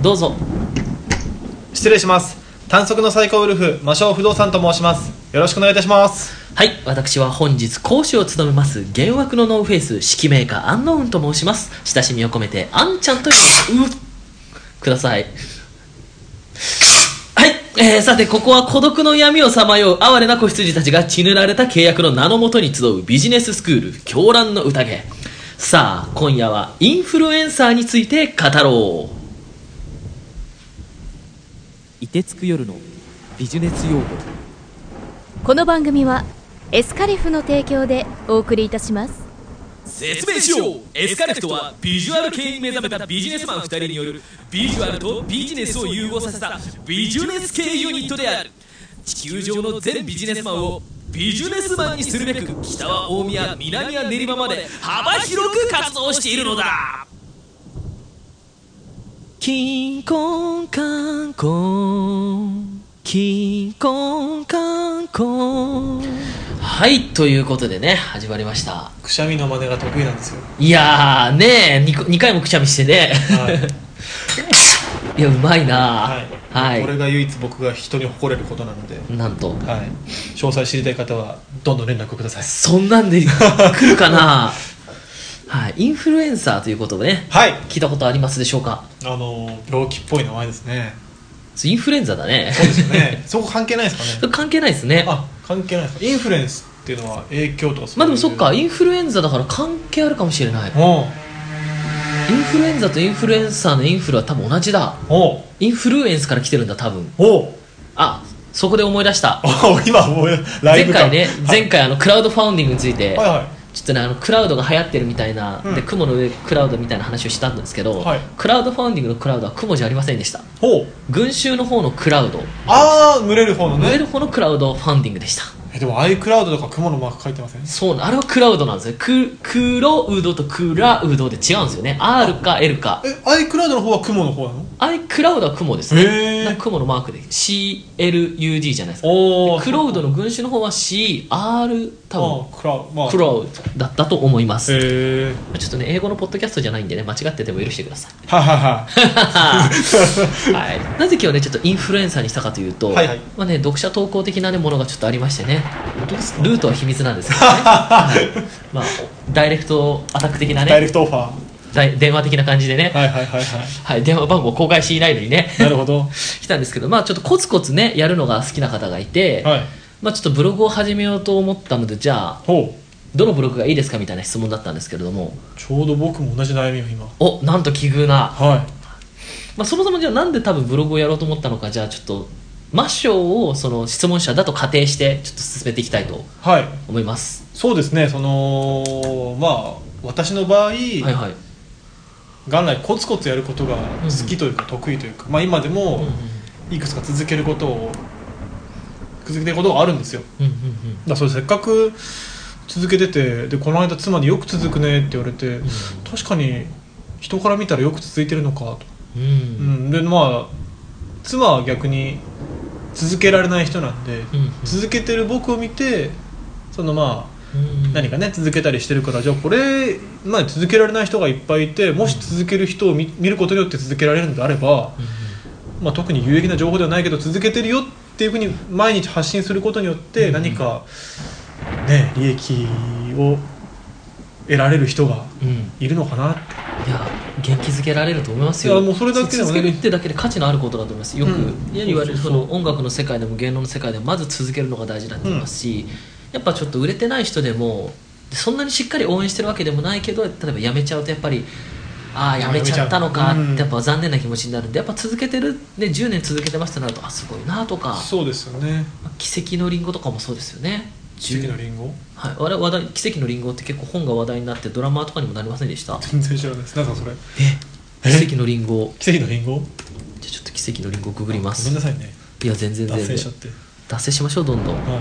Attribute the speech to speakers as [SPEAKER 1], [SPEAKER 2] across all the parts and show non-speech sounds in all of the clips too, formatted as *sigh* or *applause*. [SPEAKER 1] どうぞ
[SPEAKER 2] 失礼します短足のサイコウルフ魔性不動産と申しますよろしくお願いいたします
[SPEAKER 1] はい私は本日講師を務めます幻惑のノーフェイス指揮メーカーアンノウンと申します親しみを込めてあんちゃんと呼びますうっくださいはい、えー、さてここは孤独の闇をさまよう哀れな子羊たちが血塗られた契約の名のもとに集うビジネススクール狂乱の宴さあ今夜はインフルエンサーについて語ろう
[SPEAKER 3] 凍てつく夜のビジネス用語
[SPEAKER 4] この番組はエスカリフの提供でお送りいたします
[SPEAKER 5] 説明しようエスカレフトはビジュアル系に目覚めたビジネスマン2人によるビジュアルとビジネスを融合させたビジネス系ユニットである地球上の全ビジネスマンをビジネスマンにするべく北は大宮南は練馬まで幅広く活動しているのだ
[SPEAKER 1] 金婚観光金婚観光はいということでね始まりました
[SPEAKER 2] くしゃみの真似が得意なんです *laughs* よ
[SPEAKER 1] いやーねえ 2, 回もくしゃみしてね、、
[SPEAKER 2] はい
[SPEAKER 1] やうま *laughs* いな
[SPEAKER 2] は、
[SPEAKER 1] はいい、
[SPEAKER 2] これが唯一僕が人に誇れることなので、
[SPEAKER 1] なんと
[SPEAKER 2] はい、詳細知りたい方はどんどん連絡ください
[SPEAKER 1] そんなんで *laughs* 来るかなはいインフルエンサーということをね
[SPEAKER 2] はい
[SPEAKER 1] 聞いたことありますでしょうか
[SPEAKER 2] あのー病気っぽい名前ですね
[SPEAKER 1] インフルエンザだね
[SPEAKER 2] そうですよねそこ関係ないですかね
[SPEAKER 1] *laughs* 関係ないですね
[SPEAKER 2] あ関係ないですかインフルエンスっていうのは影響とかそういう
[SPEAKER 1] まあでもそっかインフルエンザだから関係あるかもしれない
[SPEAKER 2] おう
[SPEAKER 1] インフルエンザとインフルエンサーのインフルは多分同じだ
[SPEAKER 2] おう
[SPEAKER 1] インフルエンスから来てるんだ多分
[SPEAKER 2] おう
[SPEAKER 1] あそこで思い出した
[SPEAKER 2] おう *laughs* 今もうラ
[SPEAKER 1] 前
[SPEAKER 2] イブ感
[SPEAKER 1] 回ね
[SPEAKER 2] はい
[SPEAKER 1] 前回あのクラウドファウンディングについて
[SPEAKER 2] はいはい
[SPEAKER 1] ちょっとねあのクラウドが流行ってるみたいな、
[SPEAKER 2] うん
[SPEAKER 1] で雲の上クラウドみたいな話をしたんですけど、
[SPEAKER 2] はい
[SPEAKER 1] クラウドファウンディングのクラウドは雲じゃありませんでした
[SPEAKER 2] ほう
[SPEAKER 1] 群衆の方のクラウド
[SPEAKER 2] ああ群れる方の
[SPEAKER 1] 上
[SPEAKER 2] ね
[SPEAKER 1] の方のクラウドファウンディングでした
[SPEAKER 2] えでも iCloud とか雲のマーク書いてません
[SPEAKER 1] そうあれはクラウドなんですよククロウドとクラウドで違うんですよね R か L か
[SPEAKER 2] え iCloud の方は雲の方なの
[SPEAKER 1] あれクラウドは雲です
[SPEAKER 2] へー
[SPEAKER 1] なんか雲のマークで CLUD じゃないですか
[SPEAKER 2] お
[SPEAKER 1] クロウドの群衆の方は CR 多分
[SPEAKER 2] あクラウまあ
[SPEAKER 1] クラウドだったと思います、
[SPEAKER 2] へえ
[SPEAKER 1] ちょっとね英語のポッドキャストじゃないんでね間違ってても許してください、
[SPEAKER 2] ははは
[SPEAKER 1] はい、なぜ今日ねちょっとインフルエンサーにしたかというと、
[SPEAKER 2] はいはい
[SPEAKER 1] まあね、読者投稿的な、ね、ものがちょっとありましてね
[SPEAKER 2] 本当ですか
[SPEAKER 1] *laughs* ルートは秘密なんですけ
[SPEAKER 2] *laughs*
[SPEAKER 1] どね、はいまあ、ダイレクトアタック的な
[SPEAKER 2] ダイレ
[SPEAKER 1] ね
[SPEAKER 2] クトオファー
[SPEAKER 1] ダイ電話的な感じでね、
[SPEAKER 2] はいはいはいは
[SPEAKER 1] はい、電話番号公開してい *laughs* ないのにね
[SPEAKER 2] いなるほど
[SPEAKER 1] 来たんですけど、まあ、ちょっとコツコツねやるのが好きな方がいて、
[SPEAKER 2] はい
[SPEAKER 1] まあ、ちょっとブログを始めようと思ったのでじゃあ
[SPEAKER 2] ほう
[SPEAKER 1] どのブログがいいですかみたいな質問だったんですけれども
[SPEAKER 2] ちょうど僕も同じ悩みを今
[SPEAKER 1] おなんと奇遇な、
[SPEAKER 2] は
[SPEAKER 1] まあ、そもそもじゃあなんで多分ブログをやろうと思ったのかじゃあちょっとマッションをその質問者だと仮定してちょっと進めていきたいと
[SPEAKER 2] いはい
[SPEAKER 1] 思います
[SPEAKER 2] そうですねそのまあ私の場合、
[SPEAKER 1] はいはい
[SPEAKER 2] 元来コツコツやることが好きというか得意というか、まあ今で
[SPEAKER 1] うんうん
[SPEAKER 2] もいくつか続けることを続けてることがあるんですよ
[SPEAKER 1] うん
[SPEAKER 2] だからそれせっかく続けててでこの間妻によく続くねって言われて、
[SPEAKER 1] ん
[SPEAKER 2] 確かに人から見たらよく続いてるのかと、
[SPEAKER 1] うんう
[SPEAKER 2] うんん、でまあ妻は逆に続けられない人なんで、
[SPEAKER 1] うんうん
[SPEAKER 2] 続けてる僕を見てそのまあ
[SPEAKER 1] うん
[SPEAKER 2] 何かね続けたりしてるからじゃあこれ、まあ、続けられない人がいっぱいいてもし続ける人を見見ることによって続けられるのであれば、まあ、特に有益な情報ではないけど続けてるよっていうふうに毎日発信することによって何か、ね、利益を得られる人が
[SPEAKER 1] うんうん
[SPEAKER 2] いるのかなって
[SPEAKER 1] いや元気づけられると思いますよ
[SPEAKER 2] いやもうそれだけでも
[SPEAKER 1] 続
[SPEAKER 2] ね
[SPEAKER 1] けるってだけで価値のあることだと思いますよく、
[SPEAKER 2] うん
[SPEAKER 1] いや言われる
[SPEAKER 2] そ
[SPEAKER 1] そう
[SPEAKER 2] そうそう
[SPEAKER 1] の音楽の世界でも芸能の世界でもまず続けるのが大事だって言いますし、やっぱちょっと売れてない人でもそんなにしっかり応援してるわけでもないけど例えばやめちゃうとやっぱりああやめちゃったのか
[SPEAKER 2] うん
[SPEAKER 1] ってやっぱ残念な気持ちになるんでやっぱ続けてるで10年続けてますとなるとあすごいなとか
[SPEAKER 2] そうですよね
[SPEAKER 1] 奇跡のリンゴとかもそうですよね
[SPEAKER 2] 次のリンゴ
[SPEAKER 1] はい、我々話題奇跡のリンゴって結構本が話題になってドラマとかにもなりませんでした
[SPEAKER 2] 全然知らないですなんかそれえ
[SPEAKER 1] 奇跡のリンゴ
[SPEAKER 2] 奇跡のリンゴご
[SPEAKER 1] じゃあちょっと奇跡のリンゴググりま
[SPEAKER 2] めん
[SPEAKER 1] す
[SPEAKER 2] なさいね
[SPEAKER 1] いや全然
[SPEAKER 2] 脱
[SPEAKER 1] 全
[SPEAKER 2] 線
[SPEAKER 1] 然
[SPEAKER 2] しちゃって、
[SPEAKER 1] 脱線しましょうどんどん
[SPEAKER 2] はい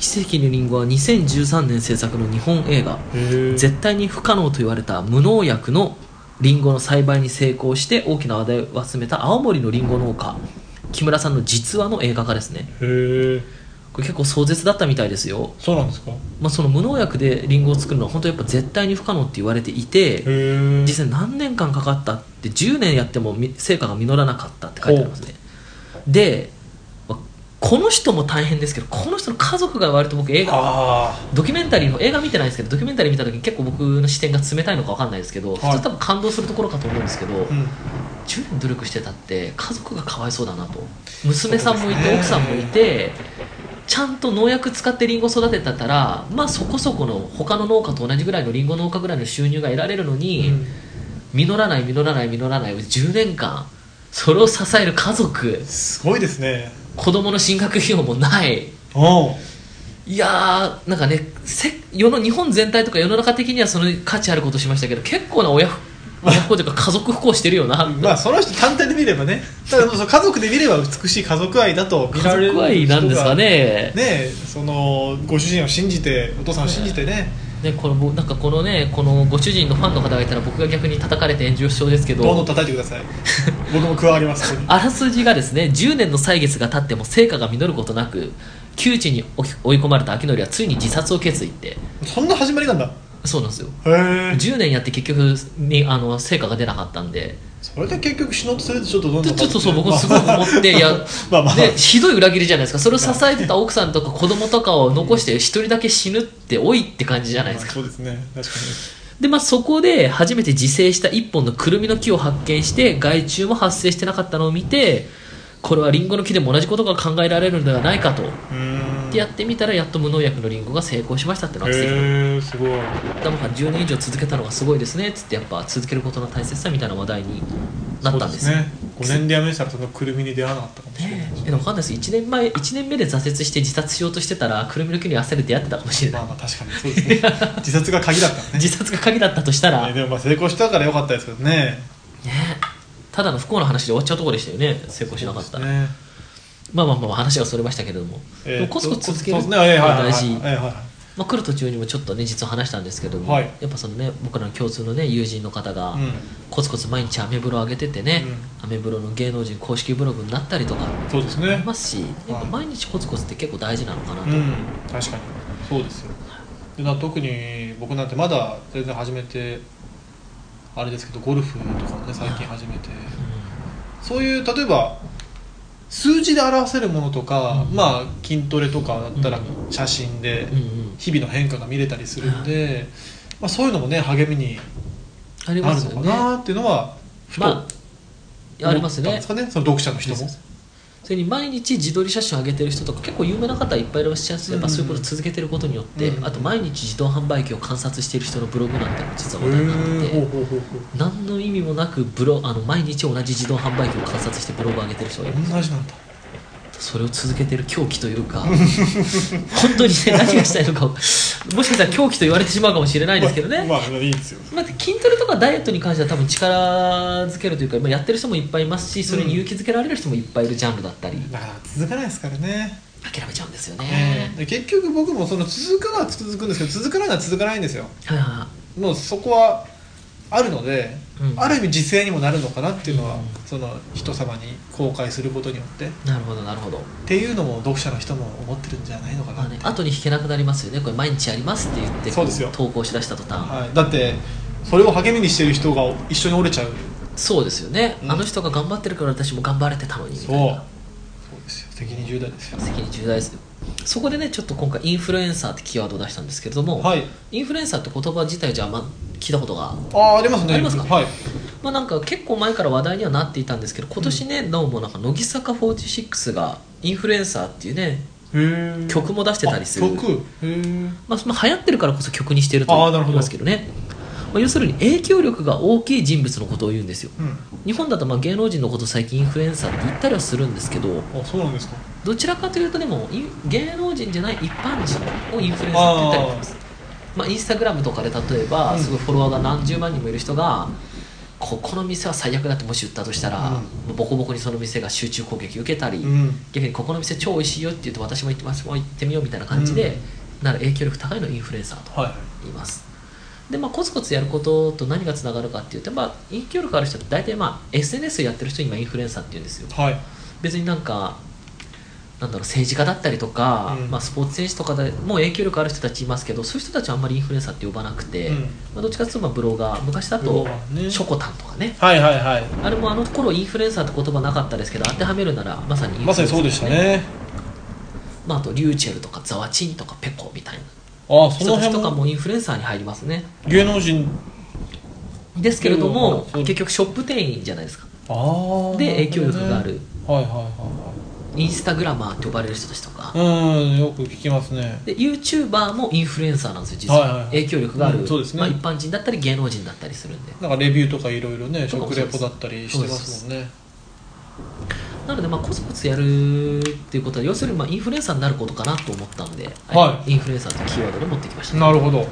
[SPEAKER 1] 奇跡のリンゴは2013年制作の日本映画
[SPEAKER 2] へえ
[SPEAKER 1] 絶対に不可能と言われた無農薬のリンゴの栽培に成功して大きな話題を集めた青森のリンゴ農家木村さんの実話の映画化ですね
[SPEAKER 2] へえ
[SPEAKER 1] これ結構壮絶だったみたいですよ、
[SPEAKER 2] そうなんですかへ
[SPEAKER 1] まあ、その無農薬でリンゴを作るのは本当やっぱ絶対に不可能って言われていて
[SPEAKER 2] え
[SPEAKER 1] 実際何年間かかったって10年やってもみ成果が実らなかったって書いてありますねでまあこの人も大変ですけどこの人の家族が割と僕映画
[SPEAKER 2] あ
[SPEAKER 1] ドキュメンタリーの映画見てないんですけどドキュメンタリー見た時に結構僕の視点が冷たいのか分かんないですけど、
[SPEAKER 2] い
[SPEAKER 1] 普通多分感動するところかと思うんですけど、
[SPEAKER 2] あうん
[SPEAKER 1] 10年努力してたって家族がかわいそうだなと娘さんもい
[SPEAKER 2] そ
[SPEAKER 1] て
[SPEAKER 2] うですね
[SPEAKER 1] 奥さんもいてちゃんと農薬使ってリンゴ育てたったらまあそこそこの他の農家と同じぐらいのリンゴ農家ぐらいの収入が得られるのに、
[SPEAKER 2] うん
[SPEAKER 1] 実らない実らない実らないを10年間それを支える家族
[SPEAKER 2] すごいですね
[SPEAKER 1] 子供の進学費用もない
[SPEAKER 2] おう
[SPEAKER 1] いやーなんかねせ世の日本全体とか世の中的にはその価値あることしましたけど結構な親不親不孝というか家族不幸してるよなと
[SPEAKER 2] まあその人単体で見ればねただその家族で見れば美しい家族愛だと見
[SPEAKER 1] 家
[SPEAKER 2] られる
[SPEAKER 1] 族愛なんですかね
[SPEAKER 2] ねえそのご主人を信じてお父さんを信じてね
[SPEAKER 1] ね、これもうなんかこのねこのご主人のファンの方がいたら僕が逆に叩かれて炎上しそうですけど
[SPEAKER 2] どんどん叩いてください僕も加わりますここに
[SPEAKER 1] あらすじがですね10年の歳月が経っても成果が実ることなく窮地に追い込まれた明則はついに自殺を決意って
[SPEAKER 2] そんな始まりなんだ
[SPEAKER 1] そうなんですよ
[SPEAKER 2] へえ
[SPEAKER 1] 10年やって結局にあの成果が出なかったんで
[SPEAKER 2] それで結局死のうとするとちょっとどん
[SPEAKER 1] ちょ
[SPEAKER 2] どん
[SPEAKER 1] ちょっとそう僕すごく思っていや
[SPEAKER 2] *laughs* まあまあ
[SPEAKER 1] でひどい裏切りじゃないですかそれを支えてた奥さんとか子供とかを残して一人だけ死ぬって多いって感じじゃないですか
[SPEAKER 2] まあそうですね確か
[SPEAKER 1] で、まあ、そこで初めて自生した一本のくるみの木を発見して害虫も発生してなかったのを見てこれはリンゴの木でも同じことが考えられるのではないかと
[SPEAKER 2] にうーん
[SPEAKER 1] でやってみたらやっと無農薬のリンゴが成功しましたってのが奇跡だ
[SPEAKER 2] へえすごい
[SPEAKER 1] ったもんか10年以上続けたのがすごいですねっつってやっぱ続けることの大切さみたいな話題になったんです
[SPEAKER 2] そう
[SPEAKER 1] よ
[SPEAKER 2] ね5年で辞めてたらそのくるみに出会わなかったかもしれない
[SPEAKER 1] ねえでも分かんないです1年前1年目で挫折して自殺しようとしてたらくるみの木に焦る出会ってたかもしれな
[SPEAKER 2] ま
[SPEAKER 1] い
[SPEAKER 2] あまあ確かにそうですね自殺が鍵だった
[SPEAKER 1] *laughs*
[SPEAKER 2] のね
[SPEAKER 1] 自殺が鍵だったとしたら
[SPEAKER 2] ね
[SPEAKER 1] ね
[SPEAKER 2] でもまあ成功したから良かったですけどね
[SPEAKER 1] えただの不幸な話で終わっちゃうところでしたよね成功しなかったら
[SPEAKER 2] ね
[SPEAKER 1] まあまあまあ話がそれましたけれども、でもコツコツ続ける
[SPEAKER 2] そう
[SPEAKER 1] の
[SPEAKER 2] ですねはいはい
[SPEAKER 1] が
[SPEAKER 2] はい
[SPEAKER 1] 大事、
[SPEAKER 2] はいはい
[SPEAKER 1] まあ、来る途中にもちょっとね実は話したんですけども、
[SPEAKER 2] はい
[SPEAKER 1] やっぱそのね僕らの共通のね友人の方が、
[SPEAKER 2] うん
[SPEAKER 1] コツコツ毎日アメブロ上げててね、アメブロの芸能人公式ブログになったりとか
[SPEAKER 2] そうです
[SPEAKER 1] あり
[SPEAKER 2] ね
[SPEAKER 1] ますしやっぱ毎日コツコツって結構大事なのかなと、
[SPEAKER 2] うん確かにそうですよでな特に僕なんてまだ全然始めてあれですけどゴルフとかもね最近始めてそういう例えば数字で表せるものとか、
[SPEAKER 1] うん
[SPEAKER 2] まあ筋トレとかだったら
[SPEAKER 1] う
[SPEAKER 2] 写真で
[SPEAKER 1] うんうん
[SPEAKER 2] 日々の変化が見れたりするんで、まあ、そういうのもね励みに
[SPEAKER 1] あり
[SPEAKER 2] な
[SPEAKER 1] ま
[SPEAKER 2] る
[SPEAKER 1] す
[SPEAKER 2] の
[SPEAKER 1] よね
[SPEAKER 2] か
[SPEAKER 1] ま
[SPEAKER 2] なっていうのはふと思
[SPEAKER 1] あ
[SPEAKER 2] っ
[SPEAKER 1] あります
[SPEAKER 2] たん
[SPEAKER 1] ね
[SPEAKER 2] ですかねその読者の人も
[SPEAKER 1] それに毎日自撮り写真上げてる人とか結構有名な方いっぱいいらっしゃるんですよやっぱそういうことを続けてることによって、
[SPEAKER 2] うん
[SPEAKER 1] あと毎日自動販売機を観察している人のブログなんてのも実は
[SPEAKER 2] へ
[SPEAKER 1] 話題になって
[SPEAKER 2] ー
[SPEAKER 1] て
[SPEAKER 2] ほうほうほうほう
[SPEAKER 1] 何の意味もなくブロあの毎日同じ自動販売機を観察してブログを上げてる人がいる
[SPEAKER 2] 同じなんだ
[SPEAKER 1] それを続けてる狂気というか *laughs* 本当にね何がしたいのかをもしかしたら狂気と言われてしまうかもしれないですけどね、
[SPEAKER 2] まあ、まあいいんですよ
[SPEAKER 1] まあ、筋トレとかダイエットに関しては多分力づけるというか、まあ、やってる人もいっぱいいますしそれに勇気づけられる人もいっぱいいるジャンルだったり、
[SPEAKER 2] だから続かないですからね、
[SPEAKER 1] 諦めちゃうんですよ
[SPEAKER 2] え
[SPEAKER 1] ね、
[SPEAKER 2] えで結局僕もその続くのは続くんですけど続かないのは続かないんですよ
[SPEAKER 1] はいはいはい
[SPEAKER 2] もうそこはあるので、
[SPEAKER 1] うん
[SPEAKER 2] ある意味実践にもなるのかなっていうのは、
[SPEAKER 1] うん
[SPEAKER 2] その人様に公開することによってっ
[SPEAKER 1] なるほどなるほど、
[SPEAKER 2] ていうのも読者の人も思ってるんじゃないのかな
[SPEAKER 1] まあ
[SPEAKER 2] って
[SPEAKER 1] ね、後に引けなくなりますよねこれ毎日やりますって言って
[SPEAKER 2] そうですよ
[SPEAKER 1] 投稿しだした途端、
[SPEAKER 2] はい、だってそれを励みにしてる人が一緒に折れちゃう
[SPEAKER 1] そうですよね、
[SPEAKER 2] うん
[SPEAKER 1] あの人が頑張ってるから私も頑張れてたのにみたいな
[SPEAKER 2] そうですよ責任重大ですよ
[SPEAKER 1] 責任重大ですよそこでねちょっと今回インフルエンサーってキーワードを出したんですけれども、
[SPEAKER 2] はい
[SPEAKER 1] インフルエンサーって言葉自体じゃあんま聞いたことが、
[SPEAKER 2] ああありますね
[SPEAKER 1] ありますか
[SPEAKER 2] はい
[SPEAKER 1] まあ、なんか結構前から話題にはなっていたんですけど今年ね、どうもなんか乃木坂46がインフルエンサーっていうね、
[SPEAKER 2] へえ
[SPEAKER 1] 曲も出してたりする
[SPEAKER 2] あ曲へえ
[SPEAKER 1] まあ、まあ流行ってるからこそ曲にしてると
[SPEAKER 2] あーなる
[SPEAKER 1] 思
[SPEAKER 2] ほ
[SPEAKER 1] い
[SPEAKER 2] ど
[SPEAKER 1] ますけどねまあ、要するに影響力が大きい人物のことを言うんですよ
[SPEAKER 2] うん
[SPEAKER 1] 日本だとまあ芸能人のことを最近インフルエンサーって言ったりはするんですけど
[SPEAKER 2] あそうなんですか
[SPEAKER 1] どちらかというとでもイン芸能人じゃない一般人をインフルエンサーって言ったりしますまあ、インスタグラムとかで例えば
[SPEAKER 2] うん
[SPEAKER 1] すごいフォロワーが何十万人もいる人がここの店は最悪だってもし言ったとしたら、ボコボコにその店が集中攻撃受けたり、
[SPEAKER 2] うん
[SPEAKER 1] 逆にここの店超美味しいよって言うと私も行ってます行ってみようみたいな感じで、なる影響力高いのをインフルエンサーと
[SPEAKER 2] はい
[SPEAKER 1] 言いますでまあコツコツやることと何がつながるかっていうと、まあ、影響力ある人って大体まあ SNS やってる人今インフルエンサーって言うんですよ
[SPEAKER 2] はい
[SPEAKER 1] 別になんかなんだろう政治家だったりとか、
[SPEAKER 2] うん
[SPEAKER 1] まあ、スポーツ選手とかでもう影響力ある人たちいますけどそういう人たちはあんまりインフルエンサーって呼ばなくて、
[SPEAKER 2] うん
[SPEAKER 1] まあ、どっちかっていうとまあブロガー昔だ
[SPEAKER 2] ブロ
[SPEAKER 1] と
[SPEAKER 2] ガーね
[SPEAKER 1] ショコタンとかね
[SPEAKER 2] はいはいはい
[SPEAKER 1] あれもあの頃インフルエンサーって言葉なかったですけど当てはめるならまさにインフルエンサー
[SPEAKER 2] まさにそうでしたね
[SPEAKER 1] まあ、あとリューチェルとかザワチンとかペコみたいな
[SPEAKER 2] ああ
[SPEAKER 1] 人
[SPEAKER 2] その
[SPEAKER 1] たち
[SPEAKER 2] 辺
[SPEAKER 1] とか
[SPEAKER 2] も
[SPEAKER 1] もインフルエンサーに入りますね
[SPEAKER 2] 芸能人
[SPEAKER 1] ですけれど
[SPEAKER 2] で
[SPEAKER 1] も
[SPEAKER 2] もそう
[SPEAKER 1] 結局ショップ店員じゃないですか
[SPEAKER 2] ああ
[SPEAKER 1] で影響力がある
[SPEAKER 2] はいはいは
[SPEAKER 1] インスタグラマーって呼ばれる人たちとか
[SPEAKER 2] いはいうんよく聞きますね
[SPEAKER 1] で YouTuber もインフルエンサーなんですよ実は、
[SPEAKER 2] はいはいはい
[SPEAKER 1] 影響力がある、
[SPEAKER 2] うんそうですね
[SPEAKER 1] まあ、一般人だったり芸能人だったりするんで
[SPEAKER 2] なんかレビューとかいろいろね
[SPEAKER 1] とかも
[SPEAKER 2] 食
[SPEAKER 1] そう
[SPEAKER 2] レ
[SPEAKER 1] です
[SPEAKER 2] ポだったりしてますもんね
[SPEAKER 1] なのでまあコツコツやるっていうことは要するにまあインフルエンサーになることかなと思ったんで、
[SPEAKER 2] はい
[SPEAKER 1] インフルエンサーというキーワードで持ってきました、
[SPEAKER 2] なるほど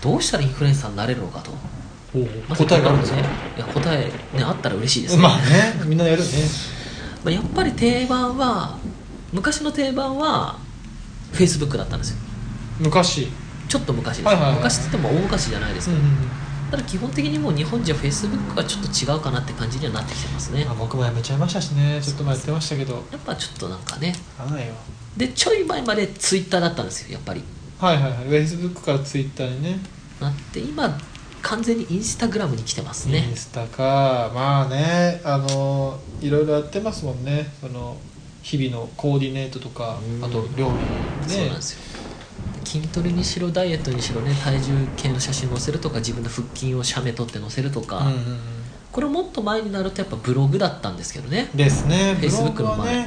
[SPEAKER 1] どうしたらインフルエンサーになれるのかと、まさに
[SPEAKER 2] 答えがあるんです
[SPEAKER 1] ね
[SPEAKER 2] ね
[SPEAKER 1] いや答え、ね、あったら嬉しいですね、
[SPEAKER 2] まあねみんなやるね
[SPEAKER 1] まあやっぱり定番は昔の定番はフェイスブックだったんですよ
[SPEAKER 2] 昔
[SPEAKER 1] ちょっと昔です、
[SPEAKER 2] はいはいはい
[SPEAKER 1] 昔って言っても大昔じゃないです
[SPEAKER 2] う
[SPEAKER 1] け
[SPEAKER 2] んう
[SPEAKER 1] ど、
[SPEAKER 2] ん
[SPEAKER 1] ただ基本的にもう日本人はフェイスブックがちょっと違うかなって感じにはなってきてますね
[SPEAKER 2] まあ僕もやめちゃいましたしねちょっと前やってましたけど
[SPEAKER 1] やっぱちょっとなんかね
[SPEAKER 2] 合わないよ
[SPEAKER 1] でちょい前までツイッターだったんですよやっぱり
[SPEAKER 2] はいはいはいフェイスブックからツイッターにね
[SPEAKER 1] なって今完全にインスタグラムに来てますね
[SPEAKER 2] インスタかまあねあのいろいろやってますもんねその日々のコーディネートとか
[SPEAKER 1] うん
[SPEAKER 2] あと料理
[SPEAKER 1] そう
[SPEAKER 2] ね
[SPEAKER 1] なんですよ筋トレにしろダイエットにしろね体重計の写真載せるとか自分の腹筋を写メ撮って載せると
[SPEAKER 2] うん
[SPEAKER 1] か、
[SPEAKER 2] うん
[SPEAKER 1] これもっと前になるとやっぱブログだったんですけどね
[SPEAKER 2] うんですね
[SPEAKER 1] フェイスブックの前
[SPEAKER 2] ブログはね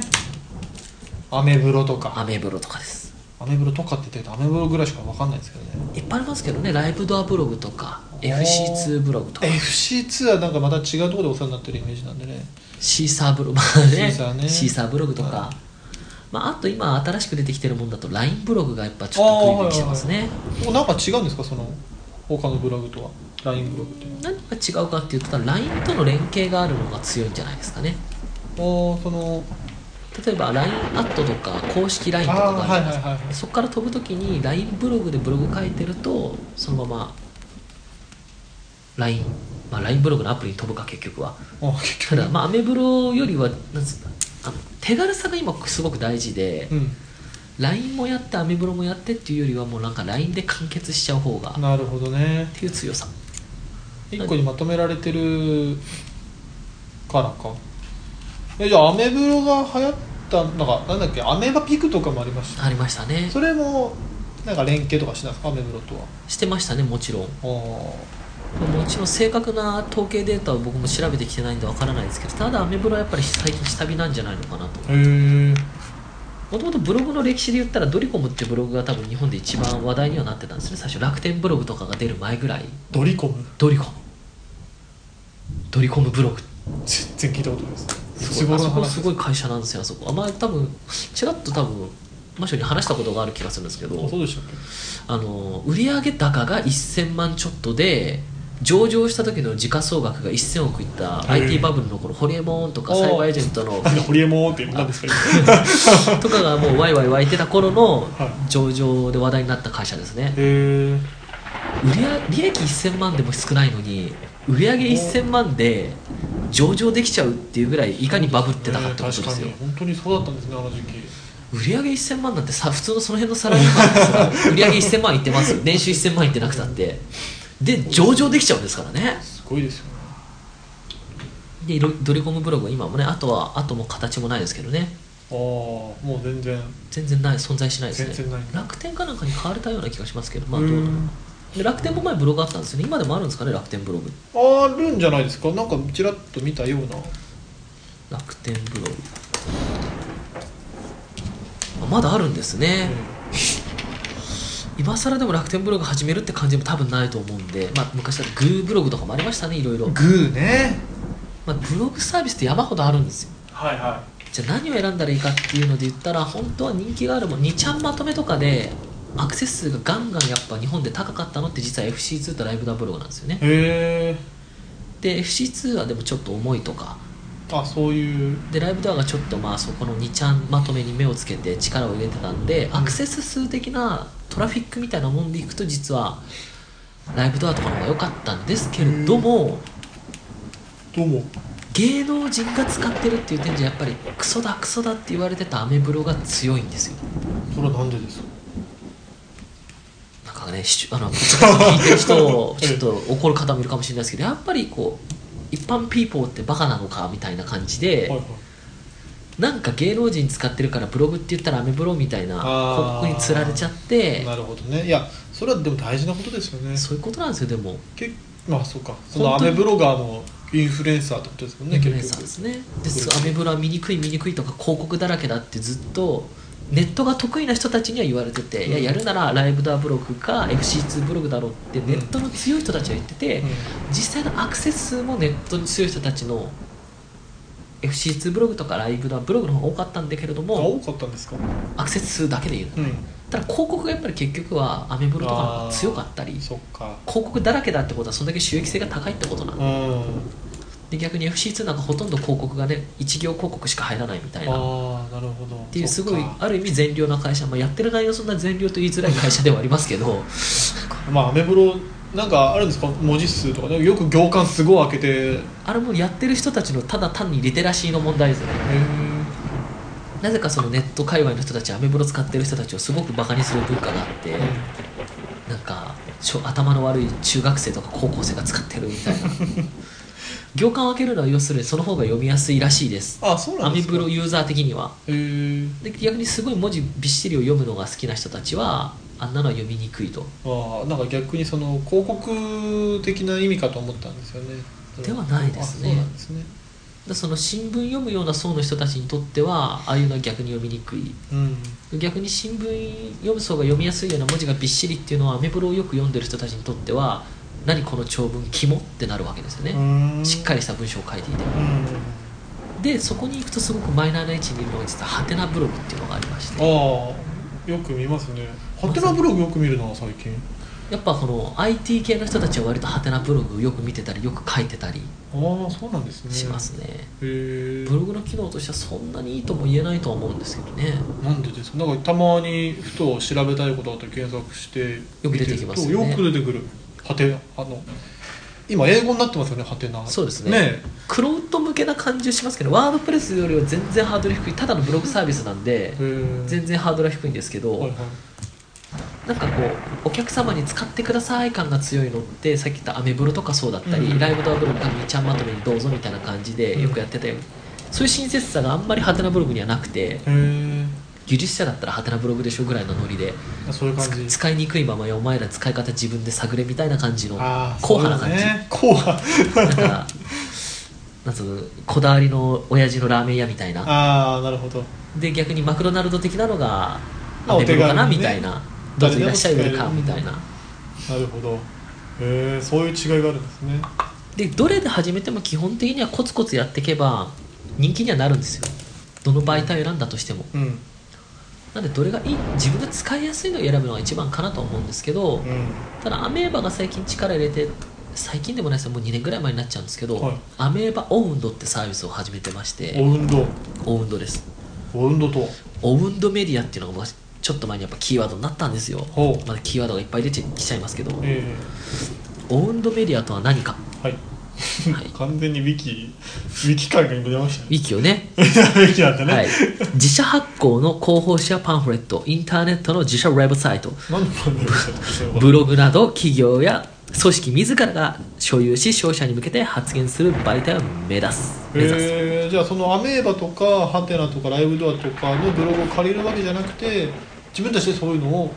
[SPEAKER 2] アメブロと
[SPEAKER 1] ア
[SPEAKER 2] か
[SPEAKER 1] メブロとかです
[SPEAKER 2] アメブロとかって言ってるとアメブロぐらいしか分かんないですけどね
[SPEAKER 1] いっぱいありますけどねライブドアブログとか
[SPEAKER 2] ー
[SPEAKER 1] FC2 ブログとか
[SPEAKER 2] FC2 はなんかまた違うところでお世話になってるイメージなんでね
[SPEAKER 1] シーサーブログ、まあね、
[SPEAKER 2] シーサー
[SPEAKER 1] *laughs*
[SPEAKER 2] ね
[SPEAKER 1] シーサーブログとか、まあ、あと今新しく出てきてるもんだと LINE ブログがやっぱちょっとグイグイ来てますね
[SPEAKER 2] おなんか違うんですかその他のブログとは LINE ブログって
[SPEAKER 1] 何が違うかっていうと LINE との連携があるのが強いんじゃないですかね
[SPEAKER 2] おその
[SPEAKER 1] 例えば LINE アットとか公式 LINE とかがあるじゃないですか、
[SPEAKER 2] あーはいはいはい
[SPEAKER 1] そこから飛ぶときに LINE ブログでブログ書いてるとそのまま LINE、まあ、LINE ブログのアプリに飛ぶか結局は
[SPEAKER 2] お結局
[SPEAKER 1] ただまあアメブロよりはなんつうかあの手軽さが今すごく大事で、
[SPEAKER 2] うん
[SPEAKER 1] LINE もやってアメブロもやってっていうよりはもうなんか LINE で完結しちゃう方がっ
[SPEAKER 2] なるほどね
[SPEAKER 1] ていう強さ
[SPEAKER 2] 一個にまとめられてるからかえじゃあアメブロが流行ったなんかなんだっけアメーバピクとかもありました
[SPEAKER 1] ありましたね
[SPEAKER 2] それもなんか連携とかしないですかアメブロとは
[SPEAKER 1] してましたねもちろん
[SPEAKER 2] お
[SPEAKER 1] もちろん正確な統計データを僕も調べてきてないんでわからないですけどただアメブロはやっぱり最近下火なんじゃないのかなと
[SPEAKER 2] へえ
[SPEAKER 1] もともとブログの歴史で言ったらドリコムってブログが多分日本で一番話題にはなってたんですね最初楽天ブログとかが出る前ぐらい
[SPEAKER 2] ドリコム
[SPEAKER 1] ドリコムドリコムブログ
[SPEAKER 2] 全然聞いたことないです
[SPEAKER 1] すごいあそこす
[SPEAKER 2] す
[SPEAKER 1] ごい会社なんですよあそこあまり多分ちらっと多分マシュに話したことがある気がするんですけ
[SPEAKER 2] あそう
[SPEAKER 1] ど
[SPEAKER 2] でしたっ
[SPEAKER 1] あの売上高が1000万ちょっとで上場した時の時価総額が1000億いった
[SPEAKER 2] へえ
[SPEAKER 1] IT バブルの頃ホリエモンとか
[SPEAKER 2] おー
[SPEAKER 1] サイバーエージェントの
[SPEAKER 2] けホリエモンって何ですか
[SPEAKER 1] とかがもうワイワイ湧いてた頃の
[SPEAKER 2] は
[SPEAKER 1] 上場で話題になった会社ですね
[SPEAKER 2] 今 *laughs* へえ
[SPEAKER 1] 売上利益1000万でも少ないのに売上1000万で上場できちゃうっていうぐらいいかにバブってたかってことですよ
[SPEAKER 2] 確かに本当にそうだったんですねあの時期
[SPEAKER 1] 売上1000万なんてさ普通のその辺のサラリーマンですら売上1000万いってます年収1000万いってなくたってで上場できちゃうんですからね
[SPEAKER 2] すごいですよね
[SPEAKER 1] でいろドリコムブログは今もねあとはあとも形もないですけどね
[SPEAKER 2] ああもう全然
[SPEAKER 1] 全然ない存在しないですね
[SPEAKER 2] 全然ない
[SPEAKER 1] 楽天かなんかに買われたような気がしますけどまあどうなの
[SPEAKER 2] ん
[SPEAKER 1] で楽天も前ブログあったんですよね今でもあるんですかね楽天ブログ
[SPEAKER 2] あるんじゃないですかなんかちらっと見たような
[SPEAKER 1] 楽天ブログあまだあるんですね、今更でも楽天ブログ始めるって感じも多分ないと思うんで、まあ、昔だとグーブログとかもありましたねいろいろ
[SPEAKER 2] グーね
[SPEAKER 1] まあ、ブログサービスって山ほどあるんですよ
[SPEAKER 2] はいは
[SPEAKER 1] じゃあ何を選んだらいいかっていうので言ったら本当は人気があるもん2ちゃんまとめとかでアクセス数がガンガンやっぱ日本で高かったのって実は FC2 とライブダブログなんですよね
[SPEAKER 2] いへえ
[SPEAKER 1] で FC2 はでもちょっと重いとか
[SPEAKER 2] あそういう
[SPEAKER 1] でライブドアがちょっとまあそこの2ちゃんまとめに目をつけて力を入れてたんでアクセス数的なトラフィックみたいなもんでいくと実はライブドアとかの方が良かったんですけれども
[SPEAKER 2] どうも
[SPEAKER 1] 芸能人が使ってるっていう点じゃやっぱりクソだクソだって言われてたアメブロが強いんですよ
[SPEAKER 2] それはなんでですか
[SPEAKER 1] なんかねしあの *laughs* 聞いてる人をちょっと怒る方もいるかもしれないですけどやっぱりこう一般ピーポーってバカなのかみたいな感じで、
[SPEAKER 2] はいはい
[SPEAKER 1] なんか芸能人使ってるからブログって言ったらアメブロみたいな広
[SPEAKER 2] あー
[SPEAKER 1] 告につられちゃって
[SPEAKER 2] なるほどねいやそれはでも大事なことですよね
[SPEAKER 1] そういうことなんですよでも
[SPEAKER 2] けまあそうかそのアメブロガーのインフルエンサーってことですもん
[SPEAKER 1] イ
[SPEAKER 2] ね
[SPEAKER 1] ンフ
[SPEAKER 2] 結
[SPEAKER 1] ルエンサーで
[SPEAKER 2] 局
[SPEAKER 1] すねですアメブロは見にくい見にくいとか広告だらけだってずっとネットが得意な人たちには言われてて、
[SPEAKER 2] うん
[SPEAKER 1] いややるならライブダーブログか FC2 ブログだろうってネットの強い人たちは言ってて、実際のアクセス数もネットに強い人たちの FC2 ブログとかライブダーブログの方が多かったんだけれど
[SPEAKER 2] うん、あ
[SPEAKER 1] も
[SPEAKER 2] 多かったんですか、
[SPEAKER 1] アクセス数だけで言うの、
[SPEAKER 2] うん、
[SPEAKER 1] ただ広告がやっぱり結局はアメブロとかの方が強かったり広
[SPEAKER 2] そっか
[SPEAKER 1] 告だらけだってことはそんだけ収益性が高いってことな
[SPEAKER 2] うんん
[SPEAKER 1] でで逆に FC2 なんかほとんど広告がね一行広告しか入らないみたいなっ
[SPEAKER 2] ああなるほどって
[SPEAKER 1] いうすごいある意味善良な会社、まあ、やってる内容そんな善良と言いづらい会社ではありますけど
[SPEAKER 2] まあアメブロなんかあるんですか文字数とかねよく行間すごい開けてへ
[SPEAKER 1] あれもやってる人たちのただ単にリテラシーの問題ですね
[SPEAKER 2] え
[SPEAKER 1] なぜかそのネット界隈の人たちアメブロ使ってる人たちをすごくバカにする文化があってなんかちょ頭の悪い中学生とか高校生が使ってるみたい
[SPEAKER 2] *laughs*
[SPEAKER 1] な行間を開けるのは要するにその方が読みやすいらしいです
[SPEAKER 2] あそうな
[SPEAKER 1] ア
[SPEAKER 2] んで
[SPEAKER 1] メ
[SPEAKER 2] す
[SPEAKER 1] ブ
[SPEAKER 2] か
[SPEAKER 1] ロユーザー的には
[SPEAKER 2] へ
[SPEAKER 1] で
[SPEAKER 2] え
[SPEAKER 1] 逆にすごい文字びっしりを読むのが好きな人たちはあんなのは読みにくいと
[SPEAKER 2] ああなんか逆にその広告的な意味かと思ったんですよね
[SPEAKER 1] ではないですね
[SPEAKER 2] あそうなんですね
[SPEAKER 1] でその新聞読むような層の人たちにとってはああいうのは逆に読みにくい
[SPEAKER 2] うん
[SPEAKER 1] 逆に新聞読む層が読みやすいような文字がびっしりっていうのはアメブロをよく読んでる人たちにとっては何この長文キモってなるわけですよね、
[SPEAKER 2] うん
[SPEAKER 1] しっかりした文章を書いていて
[SPEAKER 2] うん
[SPEAKER 1] でそこに行くとすごくマイナーな位置にいるのが実はハテナブログっていうのがありまして
[SPEAKER 2] ああよく見ますねハテナブログよく見るな最近
[SPEAKER 1] やっぱこの IT 系の人たちは割とハテナブログをよく見てたりよく書いてたり
[SPEAKER 2] ああそうなんですね
[SPEAKER 1] しますね、
[SPEAKER 2] へえ
[SPEAKER 1] ブログの機能としてはそんなにいいとも言えないとは思うんですけどね
[SPEAKER 2] なんでですかなんかたまにふと調べたいことあって検索して
[SPEAKER 1] よく出てきますよね
[SPEAKER 2] 見てるとよく出てくるはてあの今英語になってますよねはてな
[SPEAKER 1] そうですね
[SPEAKER 2] ね
[SPEAKER 1] クロウト向けな感じはしますけどワードプレスよりは全然ハードル低いただのブログサービスなんで
[SPEAKER 2] えへえ
[SPEAKER 1] 全然ハードルは低いんですけど、
[SPEAKER 2] はいはい
[SPEAKER 1] なんかこうお客様に使ってください感が強いのってさっき言ったアメブロとかそうだったり、
[SPEAKER 2] うん
[SPEAKER 1] ライブドアブログからみちゃんまとめにどうぞみたいな感じでよくやってたよ、うにそういう親切さがあんまりハテナブログにはなくて
[SPEAKER 2] へ
[SPEAKER 1] 技術者だったらハテナブログでしょぐらいのノリで
[SPEAKER 2] えそういう感じ
[SPEAKER 1] 使いにくいままやお前ら使い方自分で探れみたいな感じの
[SPEAKER 2] ああ
[SPEAKER 1] 硬派な感じ、
[SPEAKER 2] そうね硬派
[SPEAKER 1] なんかなんつうのこだわりの親父のラーメン屋みたいな
[SPEAKER 2] ああなるほど
[SPEAKER 1] で逆にマクドナルド的なのが
[SPEAKER 2] まあ
[SPEAKER 1] アメブロかな、
[SPEAKER 2] お手軽にね
[SPEAKER 1] みたいなどうぞいらっしゃいウ
[SPEAKER 2] 誰
[SPEAKER 1] ェ
[SPEAKER 2] で
[SPEAKER 1] ルカ
[SPEAKER 2] も使える
[SPEAKER 1] ムみたいな
[SPEAKER 2] なるほどへえそういう違いがあるんですね
[SPEAKER 1] でどれで始めても基本的にはコツコツやっていけば人気にはなるんですよどの媒体を選んだとしても
[SPEAKER 2] うん
[SPEAKER 1] なんでどれがいい自分が使いやすいのを選ぶのが一番かなと思うんですけど
[SPEAKER 2] うん
[SPEAKER 1] ただアメーバが最近力入れて最近でもないですよもう2年ぐらい前になっちゃうんですけど、
[SPEAKER 2] はい
[SPEAKER 1] アメーバオウンドってサービスを始めてまして
[SPEAKER 2] お運動
[SPEAKER 1] オウンドです
[SPEAKER 2] お運動と
[SPEAKER 1] オウンドメディアっていうのがまあちょっと前にやっぱキーワードになったんですよ
[SPEAKER 2] ほう
[SPEAKER 1] まだキーワードがいっぱい出てきちゃいますけど
[SPEAKER 2] え
[SPEAKER 1] オウンドメディアとは何か、
[SPEAKER 2] えはい *laughs*
[SPEAKER 1] はい、
[SPEAKER 2] 完全にウィキウィキ感が今出ましたね
[SPEAKER 1] ウィキをね
[SPEAKER 2] べきなんだね、
[SPEAKER 1] はい、自社発行の広報誌やパンフレットインターネットの自社ウェブサイト
[SPEAKER 2] なんでなんだろうそれは
[SPEAKER 1] ブログなど企業や組織自らが所有し消費者に向けて発言する媒体を目指す目指す、
[SPEAKER 2] えー、じゃあそのアメーバとかハテナとかライブドアとかのブログを借りるわけじゃなくて自分たちでそういうのを
[SPEAKER 1] っ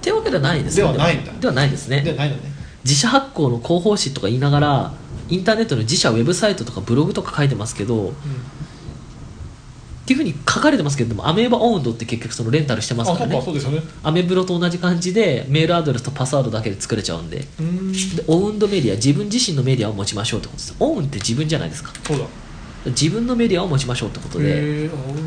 [SPEAKER 1] てわけではないですね
[SPEAKER 2] ではないんだ
[SPEAKER 1] ではないですね
[SPEAKER 2] ではないのね
[SPEAKER 1] 自社発行の広報誌とか言いながらインターネットの自社ウェブサイトとかブログとか書いてますけどっていうふうに書かれてますけどでもアメーバオウンドって結局そのレンタルして
[SPEAKER 2] あ
[SPEAKER 1] ます
[SPEAKER 2] そ
[SPEAKER 1] か
[SPEAKER 2] う
[SPEAKER 1] ら
[SPEAKER 2] かそ
[SPEAKER 1] ね
[SPEAKER 2] うですよね
[SPEAKER 1] アメブロと同じ感じでメールアドレスとパスワードだけで作れちゃうんで
[SPEAKER 2] うーん
[SPEAKER 1] でオウンドメディア自分自身のメディアを持ちましょうってことですオウンって自分じゃないですか
[SPEAKER 2] そうだ
[SPEAKER 1] 自分のメディアを持ちましょうってことで
[SPEAKER 2] えー、あうん